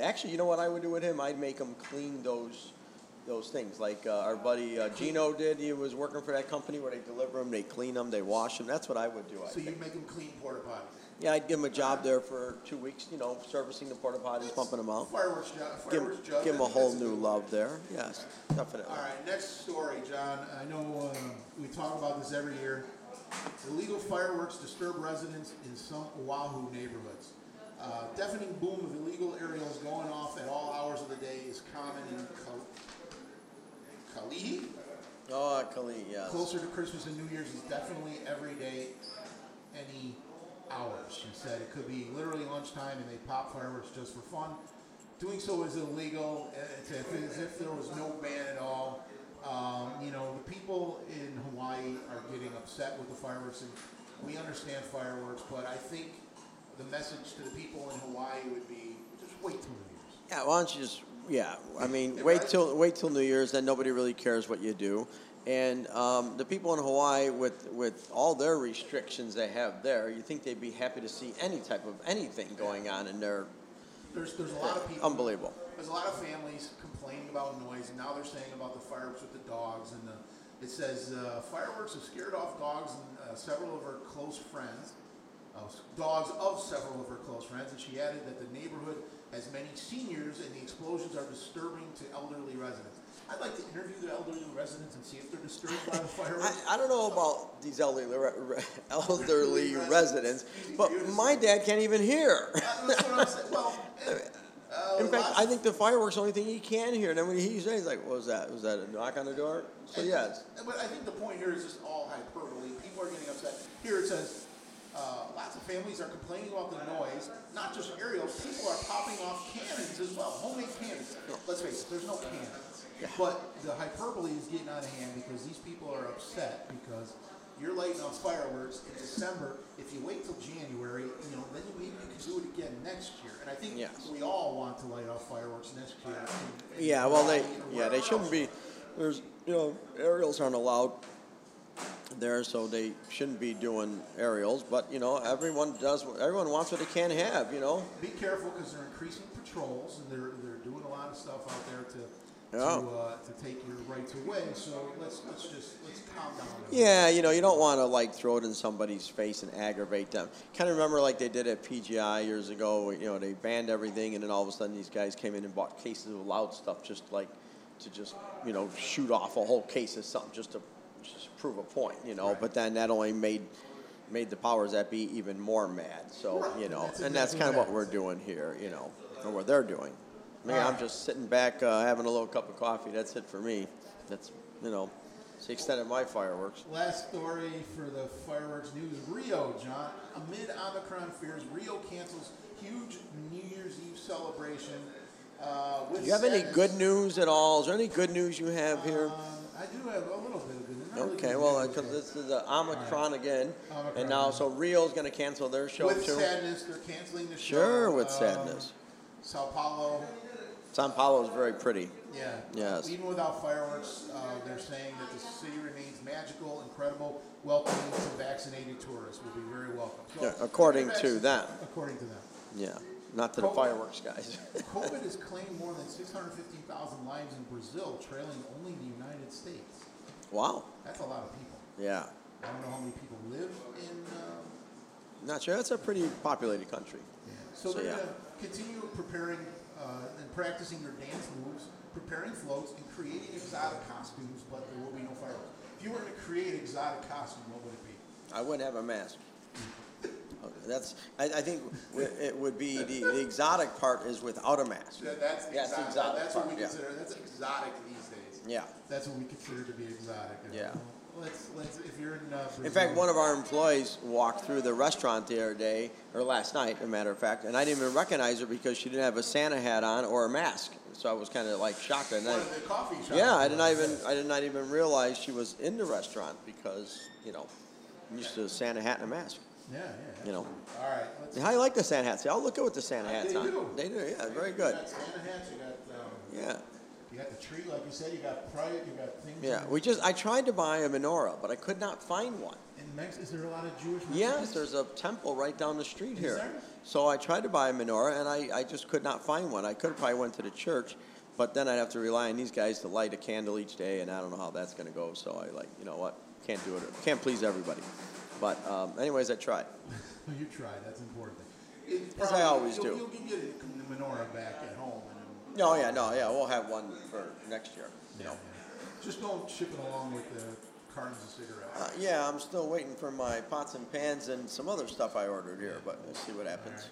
S5: actually, you know what I would do with him? I'd make him clean those. Those things, like uh, our buddy uh, Gino did, he was working for that company where they deliver them, they clean them, they wash them. That's what I would do. I
S7: So
S5: think.
S7: you make them clean porta potties.
S5: Yeah, I'd give him a job there for two weeks, you know, servicing the porta potties, pumping them out.
S7: Fireworks, ju-
S5: Give,
S7: fireworks judge.
S5: give him
S7: I
S5: a
S7: think
S5: whole
S7: that's
S5: new
S7: good.
S5: love there. Yes, definitely.
S7: All right, next story, John. I know uh, we talk about this every year. Illegal fireworks disturb residents in some Oahu neighborhoods. Uh, deafening boom of illegal aerials going off at all hours of the day is common in Ka- Kalihi,
S5: Oh, Khalid, yes.
S7: closer to Christmas and New Year's is definitely every day, any hours. She said it could be literally lunchtime and they pop fireworks just for fun. Doing so is illegal. uh, It's as if- as if there was no ban at all. Um, you know, the people in Hawaii are getting upset with the fireworks, and we understand fireworks, but I think the message to the people in Hawaii would be just wait till New Year's.
S5: Yeah, why don't you just yeah? I mean, wait till wait till New Year's, then nobody really cares what you do. And um, the people in Hawaii, with with all their restrictions they have there, you think they'd be happy to see any type of anything going on in there?
S7: There's, there's a lot of people.
S5: Unbelievable.
S7: There's a lot of families complaining about noise, and now they're saying about the fireworks with the dogs. And the, it says uh, fireworks have scared off dogs and uh, several of her close friends, uh, dogs of several of her close friends. And she added that the neighborhood has many seniors, and the explosions are disturbing to elderly residents. I'd like to interview the elderly residents and see if they're disturbed by the
S5: I,
S7: fireworks.
S5: I don't know about these elderly re- re- elderly residents, but my dad can't even hear.
S7: That's what I'm saying. Well, uh,
S5: In fact,
S7: lots
S5: I
S7: of-
S5: think the fireworks the only thing he can hear. And then when he hears that, he's like, "What was that? Was that a knock on the door?" So yes.
S7: But I think the point here is just all hyperbole. People are getting upset. Here it says, uh, lots of families are complaining about the noise. Not just aerials, people are popping off cannons as well, homemade cannons. Let's face it, there's no cannons. But the hyperbole is getting out of hand because these people are upset because you're lighting off fireworks in December. If you wait till January, you know, then maybe you can do it again next year. And I think
S5: Yes.
S7: we all want to light off fireworks next year. in- in
S5: Yeah, well, they
S7: Hawaii or
S5: yeah they
S7: wherever
S5: shouldn't
S7: else.
S5: be. There's you know aerials aren't allowed there, so they shouldn't be doing aerials. But you know everyone does. what- Everyone wants what they can have. You know.
S7: Be careful because they're increasing patrols and they're they're doing a lot of stuff out there to
S5: Yeah.
S7: to, uh, to take your rights away. So let's let's just let's calm down. a bit.
S5: Yeah, you know you don't want to like throw it in somebody's face and aggravate them. Kind of remember like they did at PGI years ago. where, You know they banned everything, and then all of a sudden these guys came in and bought cases of loud stuff just like to just you know shoot off a whole case of something just to just to prove a point. You know, but then that only made made the powers that be even more mad. So
S7: Right,
S5: you know,
S7: that's
S5: and that's
S7: exactly
S5: kind of
S7: what
S5: what we're doing here. You know, or what they're doing. I mean, I'm just sitting back uh, having a little cup of coffee. That's it for me. That's you know. It's the extent of my fireworks.
S7: Last story for the fireworks news: Rio, John. Amid Omicron fears, Rio cancels huge New Year's Eve celebration. Uh, with
S5: Do you have any
S7: sadness.
S5: good news at all? Is there any good news you have here?
S7: Um, I do have a little bit of good. news. Not really
S5: Okay,
S7: good
S5: well,
S7: news,
S5: because
S7: but-
S5: this is uh, Omicron again,
S7: Omicron,
S5: and now
S7: yeah.
S5: so Rio's going to cancel their show
S7: with
S5: too.
S7: sadness, they're canceling the show.
S5: Sure, with
S7: Um,
S5: sadness.
S7: Sao Paulo
S5: Sao Paulo's very pretty.
S7: Yeah.
S5: Yes.
S7: Even without fireworks, uh, they're saying that the city remains magical, incredible, welcoming to vaccinated tourists. Will be very welcome. So,
S5: Yeah, according
S7: they're
S5: to
S7: vaccinated-
S5: them.
S7: According to them.
S5: Yeah, not to the
S7: Cool.
S5: fireworks guys. (laughs)
S7: COVID has claimed more than 650,000 lives in Brazil, trailing only the United States.
S5: wow.
S7: That's a lot of people.
S5: Yeah.
S7: I don't know how many people live in. Um,
S5: Not sure. That's a pretty populated country.
S7: So,
S5: So,
S7: they're
S5: yeah.
S7: going to continue preparing uh, and practicing their dance moves, preparing floats, and creating exotic costumes, but there will be no fireworks. If you were to create an exotic costume, what would it be?
S5: I wouldn't have a mask. That's. I, I think w- it would be the, the exotic part is without a mask.
S7: That- That's the
S5: Yeah, it's
S7: exotic.
S5: exotic
S7: That's what we
S5: part, yeah.
S7: consider. That's exotic these days.
S5: Yeah.
S7: That's what we consider to be exotic.
S5: Yeah.
S7: Let's let's if you're in. Uh,
S5: In fact, one of our employees walked through the restaurant the other day, or last night, as a matter of fact, and I didn't even recognize her because she didn't have a Santa hat on or a mask. So I was kind of like shocked. And
S7: one
S5: I,
S7: of the coffee shops.
S5: yeah, I did not even I did not even realize she was in the restaurant because you know, I'm used to a Santa hat and a mask.
S7: Yeah, yeah.
S5: You know,
S7: All right. Let's,
S5: how you like the Santa hat? See, I'll look at what the Santa hat's
S7: They
S5: on.
S7: do.
S5: They do, yeah, very good.
S7: You got Santa hats. You got um,
S5: Yeah,
S7: you got the tree, like you said. You got private. You got things.
S5: yeah.
S7: in-
S5: We just I tried to buy a menorah, but I could not find one.
S7: In Mex- is there a lot of Jewish?
S5: Yes,
S7: Mexicans?
S5: there's a temple right down the street
S7: Is
S5: here.
S7: there?
S5: So I tried to buy a menorah, and I, I just could not find one. I could have probably went to the church, but then I'd have to rely on these guys to light a candle each day, and I don't know how that's going to go. So I like, you know what? Can't do it. Can't please everybody. But um, anyways, I tried.
S7: Well, you try. That's important. It
S5: As I
S7: probably-
S5: always
S7: you'll,
S5: do.
S7: You'll get the menorah back at home. And
S5: No, yeah, no, yeah. We'll have one for next year. You know.
S7: Just don't ship it along with the cartons of cigarettes.
S5: Uh, yeah, I'm still waiting for my pots and pans and some other stuff I ordered here, but we'll see what happens.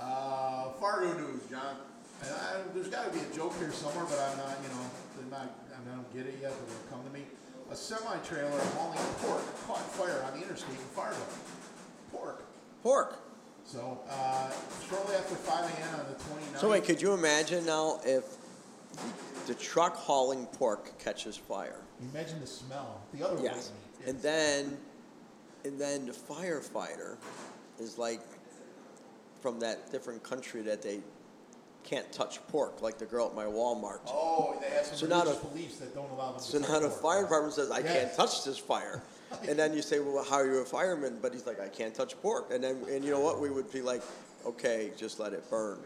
S7: Uh, Fargo news, John. And I, there's got to be a joke here somewhere, but I'm not, you know, I'm not, I don't get it yet, but it'll come to me. A semi trailer hauling pork caught fire on the interstate in Fargo. Pork.
S5: Pork.
S7: So uh, shortly after 5 a.m. on the 29th.
S5: So wait, could you imagine now if the truck hauling pork catches fire?
S7: Imagine the smell. The other
S5: Yes.
S7: white meat.
S5: And then, and then the firefighter is like from that different country that they can't touch pork, like the girl at my Walmart.
S7: Oh, they have some
S5: So now
S7: religious
S5: the-
S7: beliefs that don't allow them
S5: So
S7: to
S5: now the
S7: touch pork.
S5: fire department says, I can't
S7: Yes.
S5: touch this fire. And then you say, well, how are you a fireman? But he's like, I can't touch pork. And then, and you know what? We would be like, okay, just let it burn.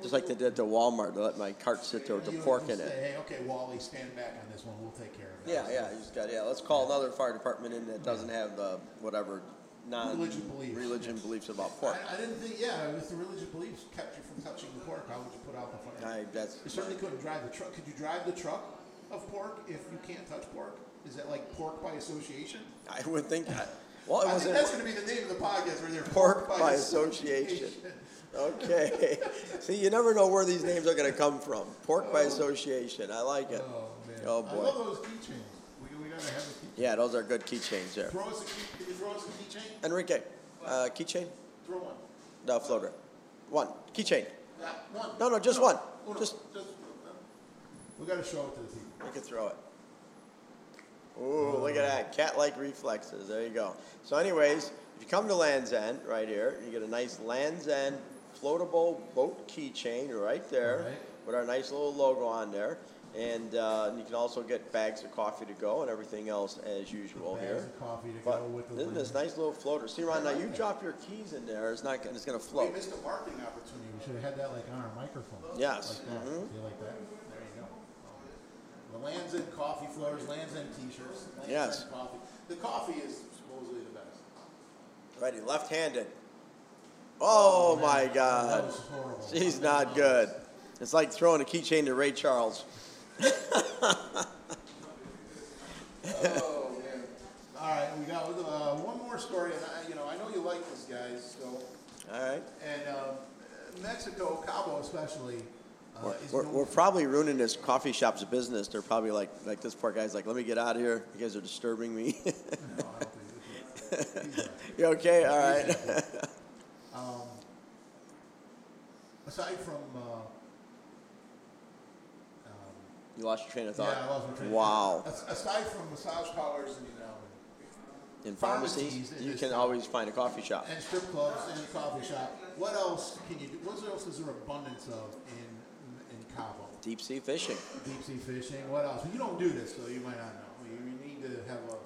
S5: Just like they did at the Walmart, they let my cart sit there with the
S7: You
S5: pork
S7: can
S5: in
S7: say,
S5: it.
S7: Hey, okay, Wally, stand back on this one. We'll take care of it.
S5: Yeah, yeah, you just got, yeah, let's call another fire department in that doesn't have the, whatever, non.
S7: Religion beliefs,
S5: religion
S7: yes.
S5: beliefs about pork.
S7: I, I didn't think. Yeah, if the religious beliefs kept you from touching the pork, how would you put out the fire?
S5: I, that's,
S7: You certainly couldn't drive the truck. Could you drive the truck of pork if you can't touch pork? Is that like pork by association?
S5: I would think, that- well, it
S7: I think that's
S5: wasn't
S7: going to be the name of the podcast right there.
S5: pork by association. Okay. See, you never know where these names are gonna come from. Pork by association. I like it.
S7: Oh man.
S5: Oh,
S7: I love
S5: boy.
S7: those keychains. We, we gotta have a keychain.
S5: Yeah, those are good keychains there.
S7: Throw us a key. Can you throw us a keychain?
S5: Enrique, uh, keychain?
S7: Throw one.
S5: No, floater. One. Keychain.
S7: Yeah, one.
S5: No, no, just one.
S7: Uno.
S5: Just,
S7: We gotta show it to the people.
S5: you can throw it. Ooh, look at that. Cat-like reflexes. There you go. So anyways, if you come to Land's End, right here, you get a nice Land's End floatable boat keychain right there
S7: Alright.
S5: with our nice little logo on there. And uh, you can also get bags of coffee to go and everything else as usual
S7: Bags
S5: here.
S7: of coffee to
S5: But
S7: go with the
S5: isn't this
S7: lid.
S5: nice little floater? See, Ron, now
S7: like
S5: you
S7: that.
S5: drop your keys in there, it's not, gonna- it's gonna
S7: We
S5: float.
S7: missed a marketing opportunity. We should have had that like on our microphone.
S5: Yes. Mm-hmm.
S7: Like that. See, like that. There you go. The Lands End coffee floaters, Lands End t-shirts. Lands
S5: Yes.
S7: End coffee. The coffee is supposedly the best.
S5: Righty, left-handed. Oh my
S7: That
S5: God,
S7: was horrible.
S5: she's not good. It's like throwing a keychain to Ray Charles.
S7: All right, we got uh, one more story, and I, you know, I know you like this, guys. So,
S5: All right,
S7: and um, Mexico, Cabo especially, uh,
S5: we're,
S7: is
S5: we're,
S7: known
S5: we're probably ruining this coffee shop's business. They're probably like, like this poor guy's like, let me get out of here. You guys are disturbing me. (laughs)
S7: No, I don't think we can. He's right.
S5: you okay? All right.
S7: Aside from, uh,
S5: (laughs) You lost your train of thought.
S7: yeah, I lost my train of
S5: Wow.
S7: thought. As- Aside from massage parlors and, you know,
S5: In
S7: Pharmacies,
S5: pharmacies,
S7: it
S5: you
S7: is- Eh.
S5: can always find a coffee shop.
S7: and strip clubs and coffee shop, what else can you do? What else is there abundance of in in Cabo?
S5: Deep sea fishing.
S7: Deep sea fishing. What else? You don't do this, so you might not know. You, you need to have a,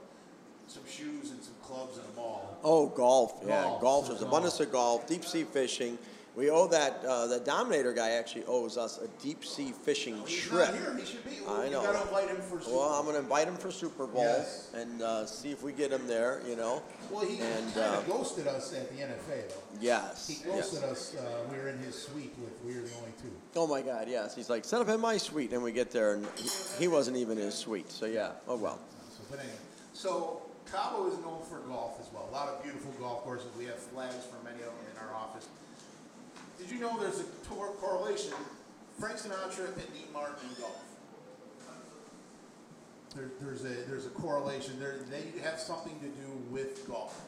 S7: some shoes and some clubs and a ball.
S5: Oh, golf. Yeah,
S7: Golf.
S5: golf. There's
S7: Golf.
S5: abundance of golf, deep sea fishing. We owe that, uh, the Dominator guy actually owes us a deep sea fishing
S7: He's
S5: trip.
S7: not here. He should be.
S5: I know.
S7: You gotta invite him for. Super
S5: Well, I'm
S7: Bowl.
S5: going to invite him for Super Bowl
S7: Yes.
S5: and uh, see if we get him there, you know.
S7: Well, he
S5: and,
S7: kind
S5: uh,
S7: of ghosted us at the NFA though.
S5: Yes.
S7: He
S5: yes.
S7: ghosted us. Uh, we were in his suite with. We were the only two.
S5: Oh, my God, yes. He's like, set up in my suite. And we get there, and he, he wasn't even in his suite. So, yeah. Oh, well.
S7: So, but anyway, so Cabo is known for golf as well. A lot of beautiful golf courses. We have flags for many of them in our office. Did you know there's a tor- correlation? Frank Sinatra and Dean Martin in golf. There, there's a there's a correlation. There they have something to do with golf.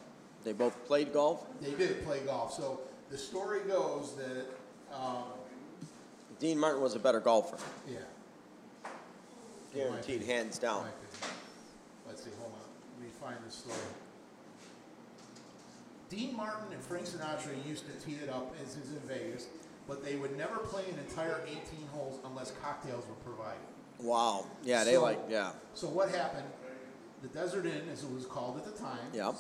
S5: They both played golf.
S7: They did play golf. So the story goes that um,
S5: Dean Martin was a better golfer.
S7: yeah.
S5: Guaranteed, hands
S7: my
S5: down.
S7: opinion. Let's see. Hold on. Let me find this story. Dean Martin and Frank Sinatra used to tee it up as is in Vegas, but they would never play an entire 18 holes unless cocktails were provided.
S5: Wow. Yeah, they
S7: So-
S5: like, yeah.
S7: So what happened? The Desert Inn, as it was called at the time,
S5: Yep.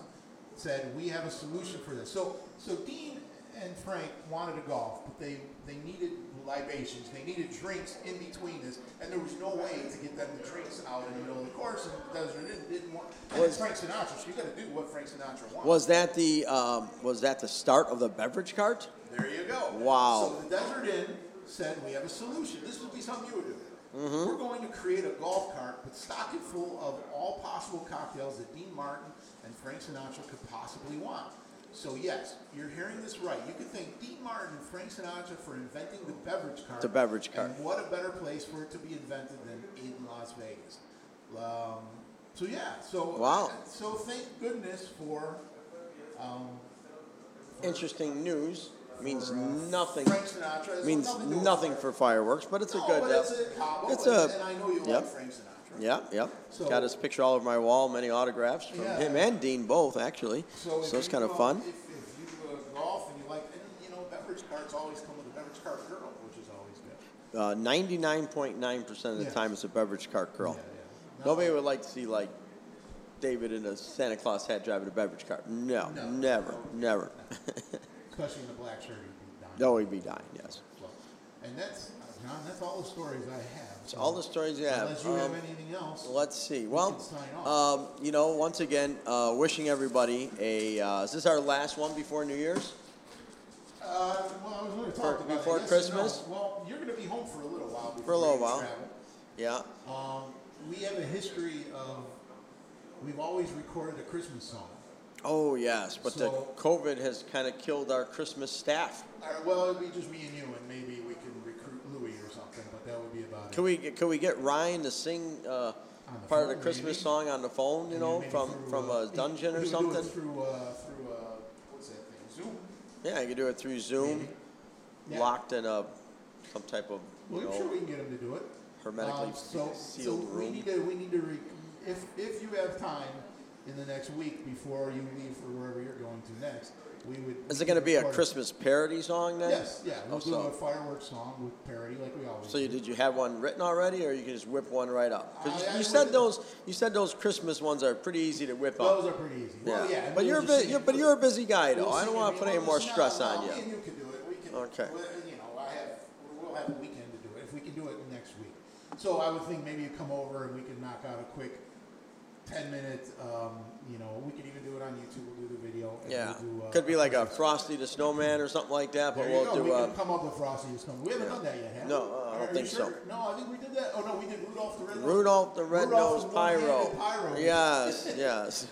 S7: said we have a solution for this. So so Dean and Frank wanted to golf, but they they needed libations, they needed drinks in between this, and there was no way to get them the drinks out in the middle of the course. And the Desert Inn didn't want. And it's
S5: Was-
S7: Frank Sinatra, so you got to do what Frank Sinatra wants.
S5: Was that the um, was that the start of the beverage cart?
S7: There you go.
S5: Wow.
S7: So the Desert Inn said we have a solution. This would be something you would do.
S5: Mm-hmm.
S7: We're going to create a golf cart, but stock it full of all possible cocktails that Dean Martin and Frank Sinatra could possibly want. So yes, you're hearing this right. You could thank Dean Martin and Frank Sinatra for inventing the beverage cart.
S5: The beverage cart.
S7: And what a better place for it to be invented than in Las Vegas. Um, so yeah. So
S5: Wow.
S7: So thank goodness for
S5: interesting news means nothing.
S7: Frank Sinatra. It's
S5: Means
S7: nothing to do with
S5: nothing for fireworks, but it's a
S7: No,
S5: good.
S7: Oh, but
S5: uh,
S7: it's a combo,
S5: it's
S7: and,
S5: a-
S7: and I know you
S5: yep.
S7: like Frank Sinatra.
S5: Yeah, yep.
S7: So-
S5: Got his picture all over my wall, many autographs from
S7: Yeah.
S5: him and Dean both, actually. So,
S7: if
S5: it's
S7: you,
S5: kind of
S7: uh,
S5: fun.
S7: If, if you uh, golf and you like, and you know, beverage carts always come with a beverage cart girl, which is always good.
S5: Uh, 99.9% of the
S7: Yeah.
S5: time, it's a beverage cart girl.
S7: Yeah, yeah.
S5: Nobody would like to see, like, David in a Santa Claus hat driving a beverage cart. No,
S7: No.
S5: never, never. (laughs)
S7: Especially in the black shirt, he'd be dying.
S5: no, he'd be dying, yes.
S7: So, and that's uh, John. That's all the stories I have.
S5: It's all the stories you have.
S7: Unless you
S5: Um,
S7: have anything else.
S5: Let's see.
S7: can
S5: Well,
S7: sign off.
S5: um, you know, once again, uh, wishing everybody a. Uh, is this our last one before New Year's?
S7: Uh, well, I was going to
S5: For-
S7: talk about it,
S5: before
S7: yes and no.
S5: Christmas?
S7: Well, you're going to be home for a little while. Before
S5: For a little
S7: you
S5: while.
S7: Travel.
S5: Yeah.
S7: Um, we have a history of we've always recorded a Christmas song.
S5: Oh yes, but the
S7: So-
S5: COVID has kind of killed our Christmas staff.
S7: Or, Uh, well, it'd be just me and you, and maybe we can recruit Louis or something, but that would be about
S5: Can
S7: it.
S5: we could we get Ryan to sing uh,
S7: On the
S5: part of the
S7: phone,
S5: Christmas
S7: maybe?
S5: song on the phone? You know,
S7: Maybe
S5: from
S7: through,
S5: from
S7: uh,
S5: a dungeon
S7: we
S5: or
S7: could do it
S5: something.
S7: Through uh, through uh, what's that thing? Zoom.
S5: Yeah, you could do it through Zoom,
S7: Maybe. Yeah.
S5: locked in a some type of you
S7: Well, I'm
S5: know,
S7: sure we can get him to do it.
S5: hermetically
S7: Um, so,
S5: sealed
S7: so
S5: room.
S7: We need to, we need to, re- if, if you have time in the next week before you leave for wherever you're going to next, we would.
S5: Is
S7: we
S5: it going to
S7: could
S5: be a
S7: record-
S5: Christmas parody song then?
S7: Yes, yeah,
S5: Oh,
S7: we'll do
S5: so-
S7: a fireworks song with parody like we always
S5: So you,
S7: do.
S5: did you have one written already, or you can just whip one right up? Because
S7: I-
S5: you,
S7: I
S5: you said
S7: would-
S5: those you said those Christmas ones are pretty easy to whip up.
S7: Those are pretty easy. Well, yeah. and
S5: but
S7: we'll
S5: you're, a
S7: just
S5: bu-
S7: sing
S5: you're
S7: it.
S5: but you're a busy guy though.
S7: We'll
S5: I
S7: sing
S5: don't
S7: it.
S5: want to put
S7: Well,
S5: any more
S7: it's not-
S5: stress
S7: no,
S5: on
S7: me
S5: you.
S7: and you can do it. We can-
S5: Okay.
S7: well, you know, I have, we'll have a weekend to do it, if we can do it next week. So I would think maybe you come over and we can knock out a quick ten-minute, um, you know, we could even do it on YouTube, we'll do the video. and
S5: Yeah,
S7: we'll do, uh,
S5: could be like a Frosty the Snowman or something like that. But
S7: There you
S5: we'll
S7: go, we
S5: do. Uh,
S7: can come up with Frosty the Snowman, we haven't done that yet, have
S5: No, uh,
S7: we?
S5: I don't
S7: Are you
S5: think so.
S7: sure? No, I think we did that, oh, no, we did Rudolph the Red-Nosed.
S5: Rudolph the Red Nosed
S7: Rudolph the
S5: Pyro.
S7: Red-Nosed Pyro.
S5: Yes,
S7: (laughs)
S5: yes.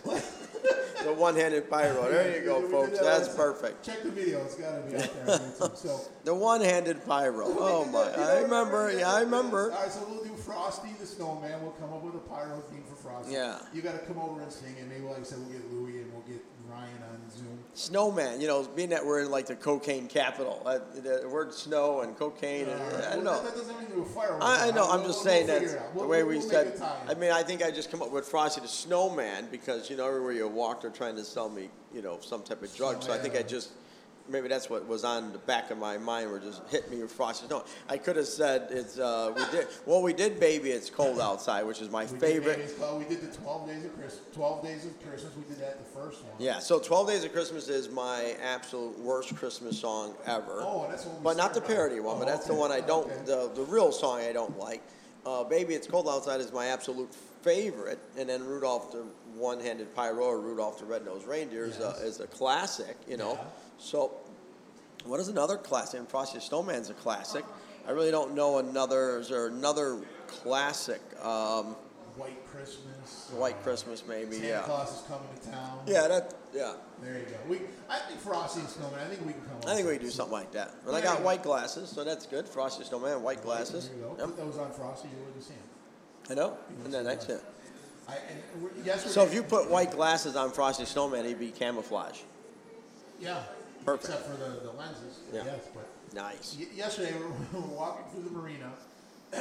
S5: the one-handed pyro. There you go,
S7: We did
S5: folks.
S7: that
S5: That's
S7: last-
S5: perfect.
S7: Check the video, it's gotta be out there on YouTube, so.
S5: The one-handed pyro. Oh my!
S7: Yeah,
S5: I remember. Yeah, I remember.
S7: All right, so we'll do Frosty the Snowman. We'll come up with a pyro theme for Frosty.
S5: Yeah.
S7: You got to come over and sing it. Maybe, like I said, we'll get Louie and we'll get Ryan on Zoom.
S5: Snowman. You know, being that we're in like the cocaine capital, uh, the word snow and cocaine. And,
S7: All right.
S5: I don't
S7: Well,
S5: know.
S7: That, that doesn't mean do
S5: (laughs)
S7: a fireworks.
S5: I, I know. I'm
S7: We'll-
S5: just
S7: we'll
S5: saying
S7: figure
S5: that
S7: it out.
S5: the
S7: We'll-
S5: way
S7: we'll
S5: we
S7: make
S5: said.
S7: a time.
S5: I mean, I think I just come up with Frosty the Snowman because you know everywhere you walked, they're trying to sell me, you know, some type of drug.
S7: Oh,
S5: so I think I
S7: yeah.
S5: just maybe that's what was on the back of my mind. Were just hit me with Frosty. No, I could have said it's uh, we did. Well, we did, baby. It's cold outside, which is my
S7: We did
S5: favorite.
S7: Baby's Club. we did the 12 days of Christmas. 12 days of Christmas. We did that the first one.
S5: Yeah, so 12 Days of Christmas is my absolute worst Christmas song ever.
S7: Oh, that's the one we
S5: But not the
S7: started on.
S5: parody one, but
S7: Oh,
S5: that's the
S7: okay.
S5: one I
S7: Oh,
S5: don't,
S7: okay.
S5: the, the real song I don't like. Uh, Baby It's Cold Outside is my absolute favorite. And then Rudolph the One Handed Pyro or Rudolph the Red-Nosed Reindeer is,
S7: Yes.
S5: a, is a classic, you know.
S7: Yeah.
S5: So, what is another classic? And Frosty the Snowman's a classic. I really don't know another, is there another classic? Um,
S7: White Christmas.
S5: White
S7: uh,
S5: Christmas, maybe,
S7: Santa
S5: yeah.
S7: Claus is coming to town.
S5: Yeah, that, yeah.
S7: There you go. We, I think Frosty and Snowman. I think we can come. up
S5: I think we
S7: with
S5: can do something
S7: something.
S5: like that. But I
S7: There you
S5: got
S7: go.
S5: white glasses, so that's good. Frosty Snowman, white glasses.
S7: There you go.
S5: Yep.
S7: Put those on Frosty. You wouldn't see him.
S5: I know.
S7: You
S5: And
S7: know,
S5: then that's
S7: so, uh,
S5: it.
S7: I, and we're, yes, we're
S5: So if
S7: gonna-
S5: you put white glasses on Frosty Snowman, he'd be camouflage.
S7: yeah,
S5: Perfect.
S7: except for the, the lenses,
S5: Yeah.
S7: yes. But
S5: Nice.
S7: y- yesterday (laughs) we were walking through the marina, (clears throat)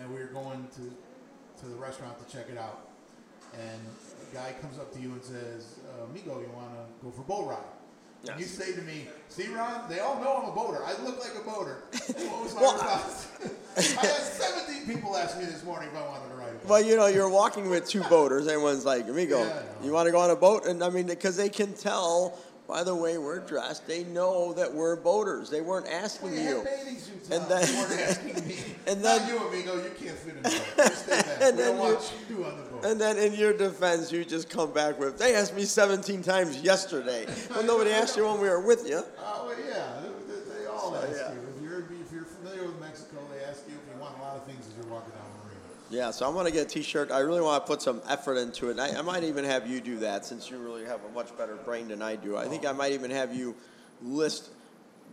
S7: and we were going to to the restaurant to check it out, and a guy comes up to you and says, uh, "Amigo, you want to go for a boat ride?" And you
S5: Yes.
S7: say to me, "See, Ron, they all know I'm a boater. I look like
S5: (laughs)
S7: a boater." What was my
S5: Well,
S7: response? (laughs) I had 17 people ask me this morning if I wanted to ride. a boat.
S5: Well, you know, you're walking with two boaters. Everyone's like, amigo,
S7: Yeah, I know.
S5: you want to go on a boat? And I mean, because they can tell by the way we're dressed, they know that we're boaters. They weren't asking
S7: We had
S5: you.
S7: bathing suits
S5: And
S7: on.
S5: then-
S7: They weren't asking me.
S5: (laughs) and
S7: Not
S5: then-
S7: you, amigo, you can't
S5: (laughs)
S7: fit in the boat. You Stay back.
S5: And
S7: we
S5: then
S7: don't
S5: you-
S7: want you on the boat.
S5: And then in your defense, you just come back with, they asked me 17 times yesterday. Well, nobody asked you when we were with you.
S7: oh, well, yeah, they, they- they all ask
S5: yeah.
S7: you. If you're, if you're familiar with Mexico, they ask you if you want a lot of things as you're walking down the marina.
S5: Yeah, so I'm gonna get a T-shirt. I really want to put some effort into it. And I, I might even have you do that since you really have a much better brain than I do. I think I might even have you list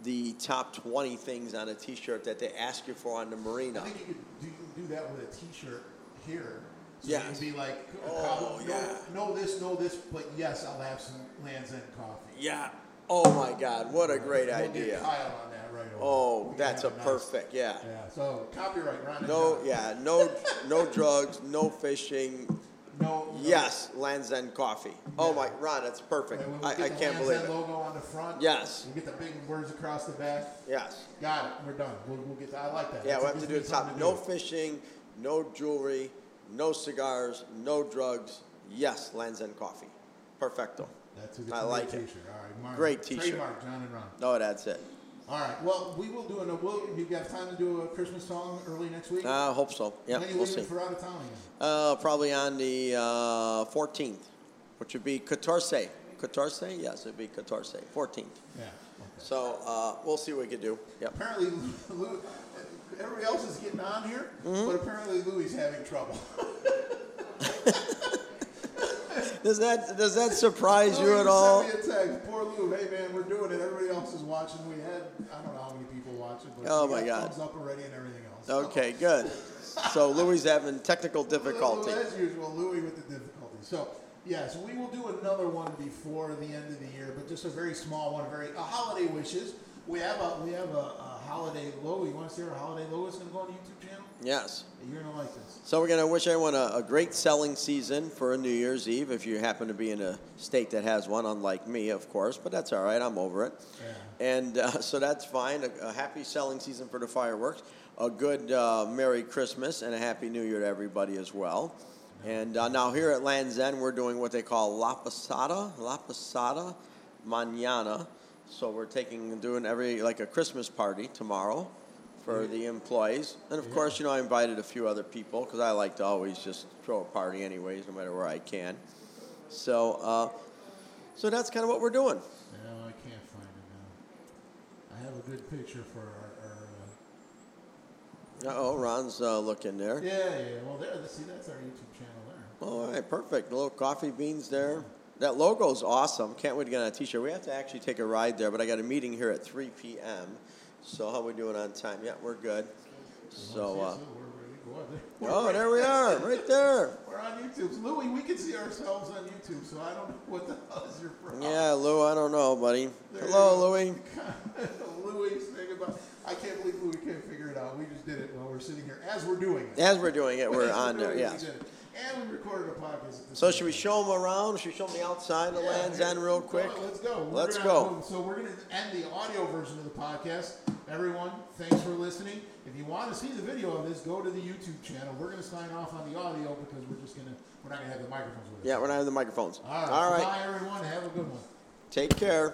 S5: the top 20 things on a T-shirt that they ask you for on the marina.
S7: I think you could do, do that with a T-shirt here. So
S5: Yes.
S7: you'd be like,
S5: Oh,
S7: no,
S5: yeah.
S7: no this, no this, but yes, I'll have some Land's End coffee.
S5: Yeah, Oh my God, what a great
S7: We'll get
S5: idea.
S7: Kyle on that right away.
S5: Oh,
S7: We
S5: that's a
S7: have nice-
S5: perfect, yeah.
S7: Yeah, so copyright, Ron. and
S5: No,
S7: John.
S5: yeah, no, no drugs, no fishing.
S7: No. no-
S5: Yes, Land's End Coffee. Oh my, Ron, that's perfect.
S7: And when we
S5: I,
S7: get
S5: I
S7: the
S5: can't
S7: Land's
S5: believe
S7: End
S5: it.
S7: Logo on the front.
S5: Yes.
S7: We get the big words across the back.
S5: Yes.
S7: Got it. We're done. We'll, we'll get. I like that.
S5: Yeah,
S7: That's
S5: we
S7: a
S5: have to
S7: good
S5: do the
S7: thing
S5: top.
S7: to
S5: No
S7: do.
S5: fishing, no jewelry, no cigars, no drugs. Yes, Land's End Coffee. Perfecto.
S7: That's a good
S5: I like it.
S7: T-shirt. All right, Mark.
S5: Great t-shirt.
S7: Trademark, John and Ron.
S5: No, that's it.
S7: All right. Well, we will do an. We'll, you got time to do a Christmas song early next week?
S5: I hope so. Uh, Yeah,
S7: when are you
S5: we'll
S7: leaving
S5: see.
S7: for out of town again?
S5: Uh, probably on the uh, 14th, which would be 14. 14? Yes, it'd be 14. 14th.
S7: Yeah. Okay.
S5: So uh, we'll see what we can do. Yep.
S7: Apparently, (laughs) Lou, everybody else is getting on here,
S5: Mm-hmm.
S7: but apparently Louis is having
S5: (laughs)
S7: trouble.
S5: Does that does that surprise you
S7: Louis
S5: at
S7: just
S5: all?
S7: Sent me a text. Poor Lou. Hey man, we're doing it. Everybody else is watching. We had I don't know how many people watching, but
S5: Oh,
S7: we
S5: my
S7: got
S5: God.
S7: thumbs up already and everything else.
S5: Okay, good. So Louis having technical difficulty.
S7: Well, as usual, Louis with the difficulty. So, yes, we will do another one before the end of the year, but just a very small one, very a holiday wishes. We have a we have a, a holiday low. You want to see our holiday low? It's going to go on the YouTube channel.
S5: Yes.
S7: You're going to like this.
S5: So we're going to wish everyone a, a great selling season for New Year's Eve if you happen to be in a state that has one, unlike me, of course, but that's all right. I'm over it. And uh, (laughs) so that's fine. A, a happy selling season for the fireworks, a good uh, Merry Christmas, and a Happy New Year to everybody as well. And uh, now here at Land's End, we're doing what they call La Posada, La Posada Mañana. So we're taking doing every like a Christmas party tomorrow for the employees. And of course, you know, I invited a few other people because I like to always just throw a party anyways, no matter where I can. So, uh, so that's kind of what we're doing.
S7: No, I can't find it now. I have a good picture for our. our uh,
S5: Oh, Ron's uh, looking there.
S7: yeah, yeah. yeah. Well, there. See, that's our YouTube channel there.
S5: All right, perfect. Little coffee beans there. That logo's awesome. Can't wait to get on a t-shirt. We have to actually take a ride there, but I got a meeting here at 3 p.m. So how we doing on time? Yeah, we're good. So, uh,
S7: See, we're ready to go out there.
S5: oh, there we are, right there.
S7: We're on YouTube. So, Louis, we can see ourselves on YouTube, so I don't know what the (laughs) hell is your problem.
S5: Yeah, Lou, I don't know, buddy.
S7: There you
S5: Hello,
S7: go.
S5: Louie.
S7: (laughs) Louis saying about, I can't believe Louis can't figure it out. We just did it while we're sitting here, as we're doing it.
S5: As we're doing it, we're
S7: As
S5: on
S7: doing
S5: there,
S7: it, we
S5: yes.
S7: did it. And we recorded a podcast. At the
S5: So
S7: same
S5: should we
S7: time.
S5: show them around? Should we show them the outside of the
S7: Yeah,
S5: Land's
S7: here.
S5: End real
S7: Go
S5: quick?
S7: on, Let's go. We're
S5: Let's
S7: gonna-
S5: go.
S7: So we're going to end the audio version of the podcast. Everyone, thanks for listening. If you want to see the video of this, go to the YouTube channel. We're going to sign off on the audio because we're just going to we're not going to have the microphones with us.
S5: Yeah, we're not having the microphones.
S7: All right.
S5: All right,
S7: Bye, everyone. Have a good one.
S5: take care.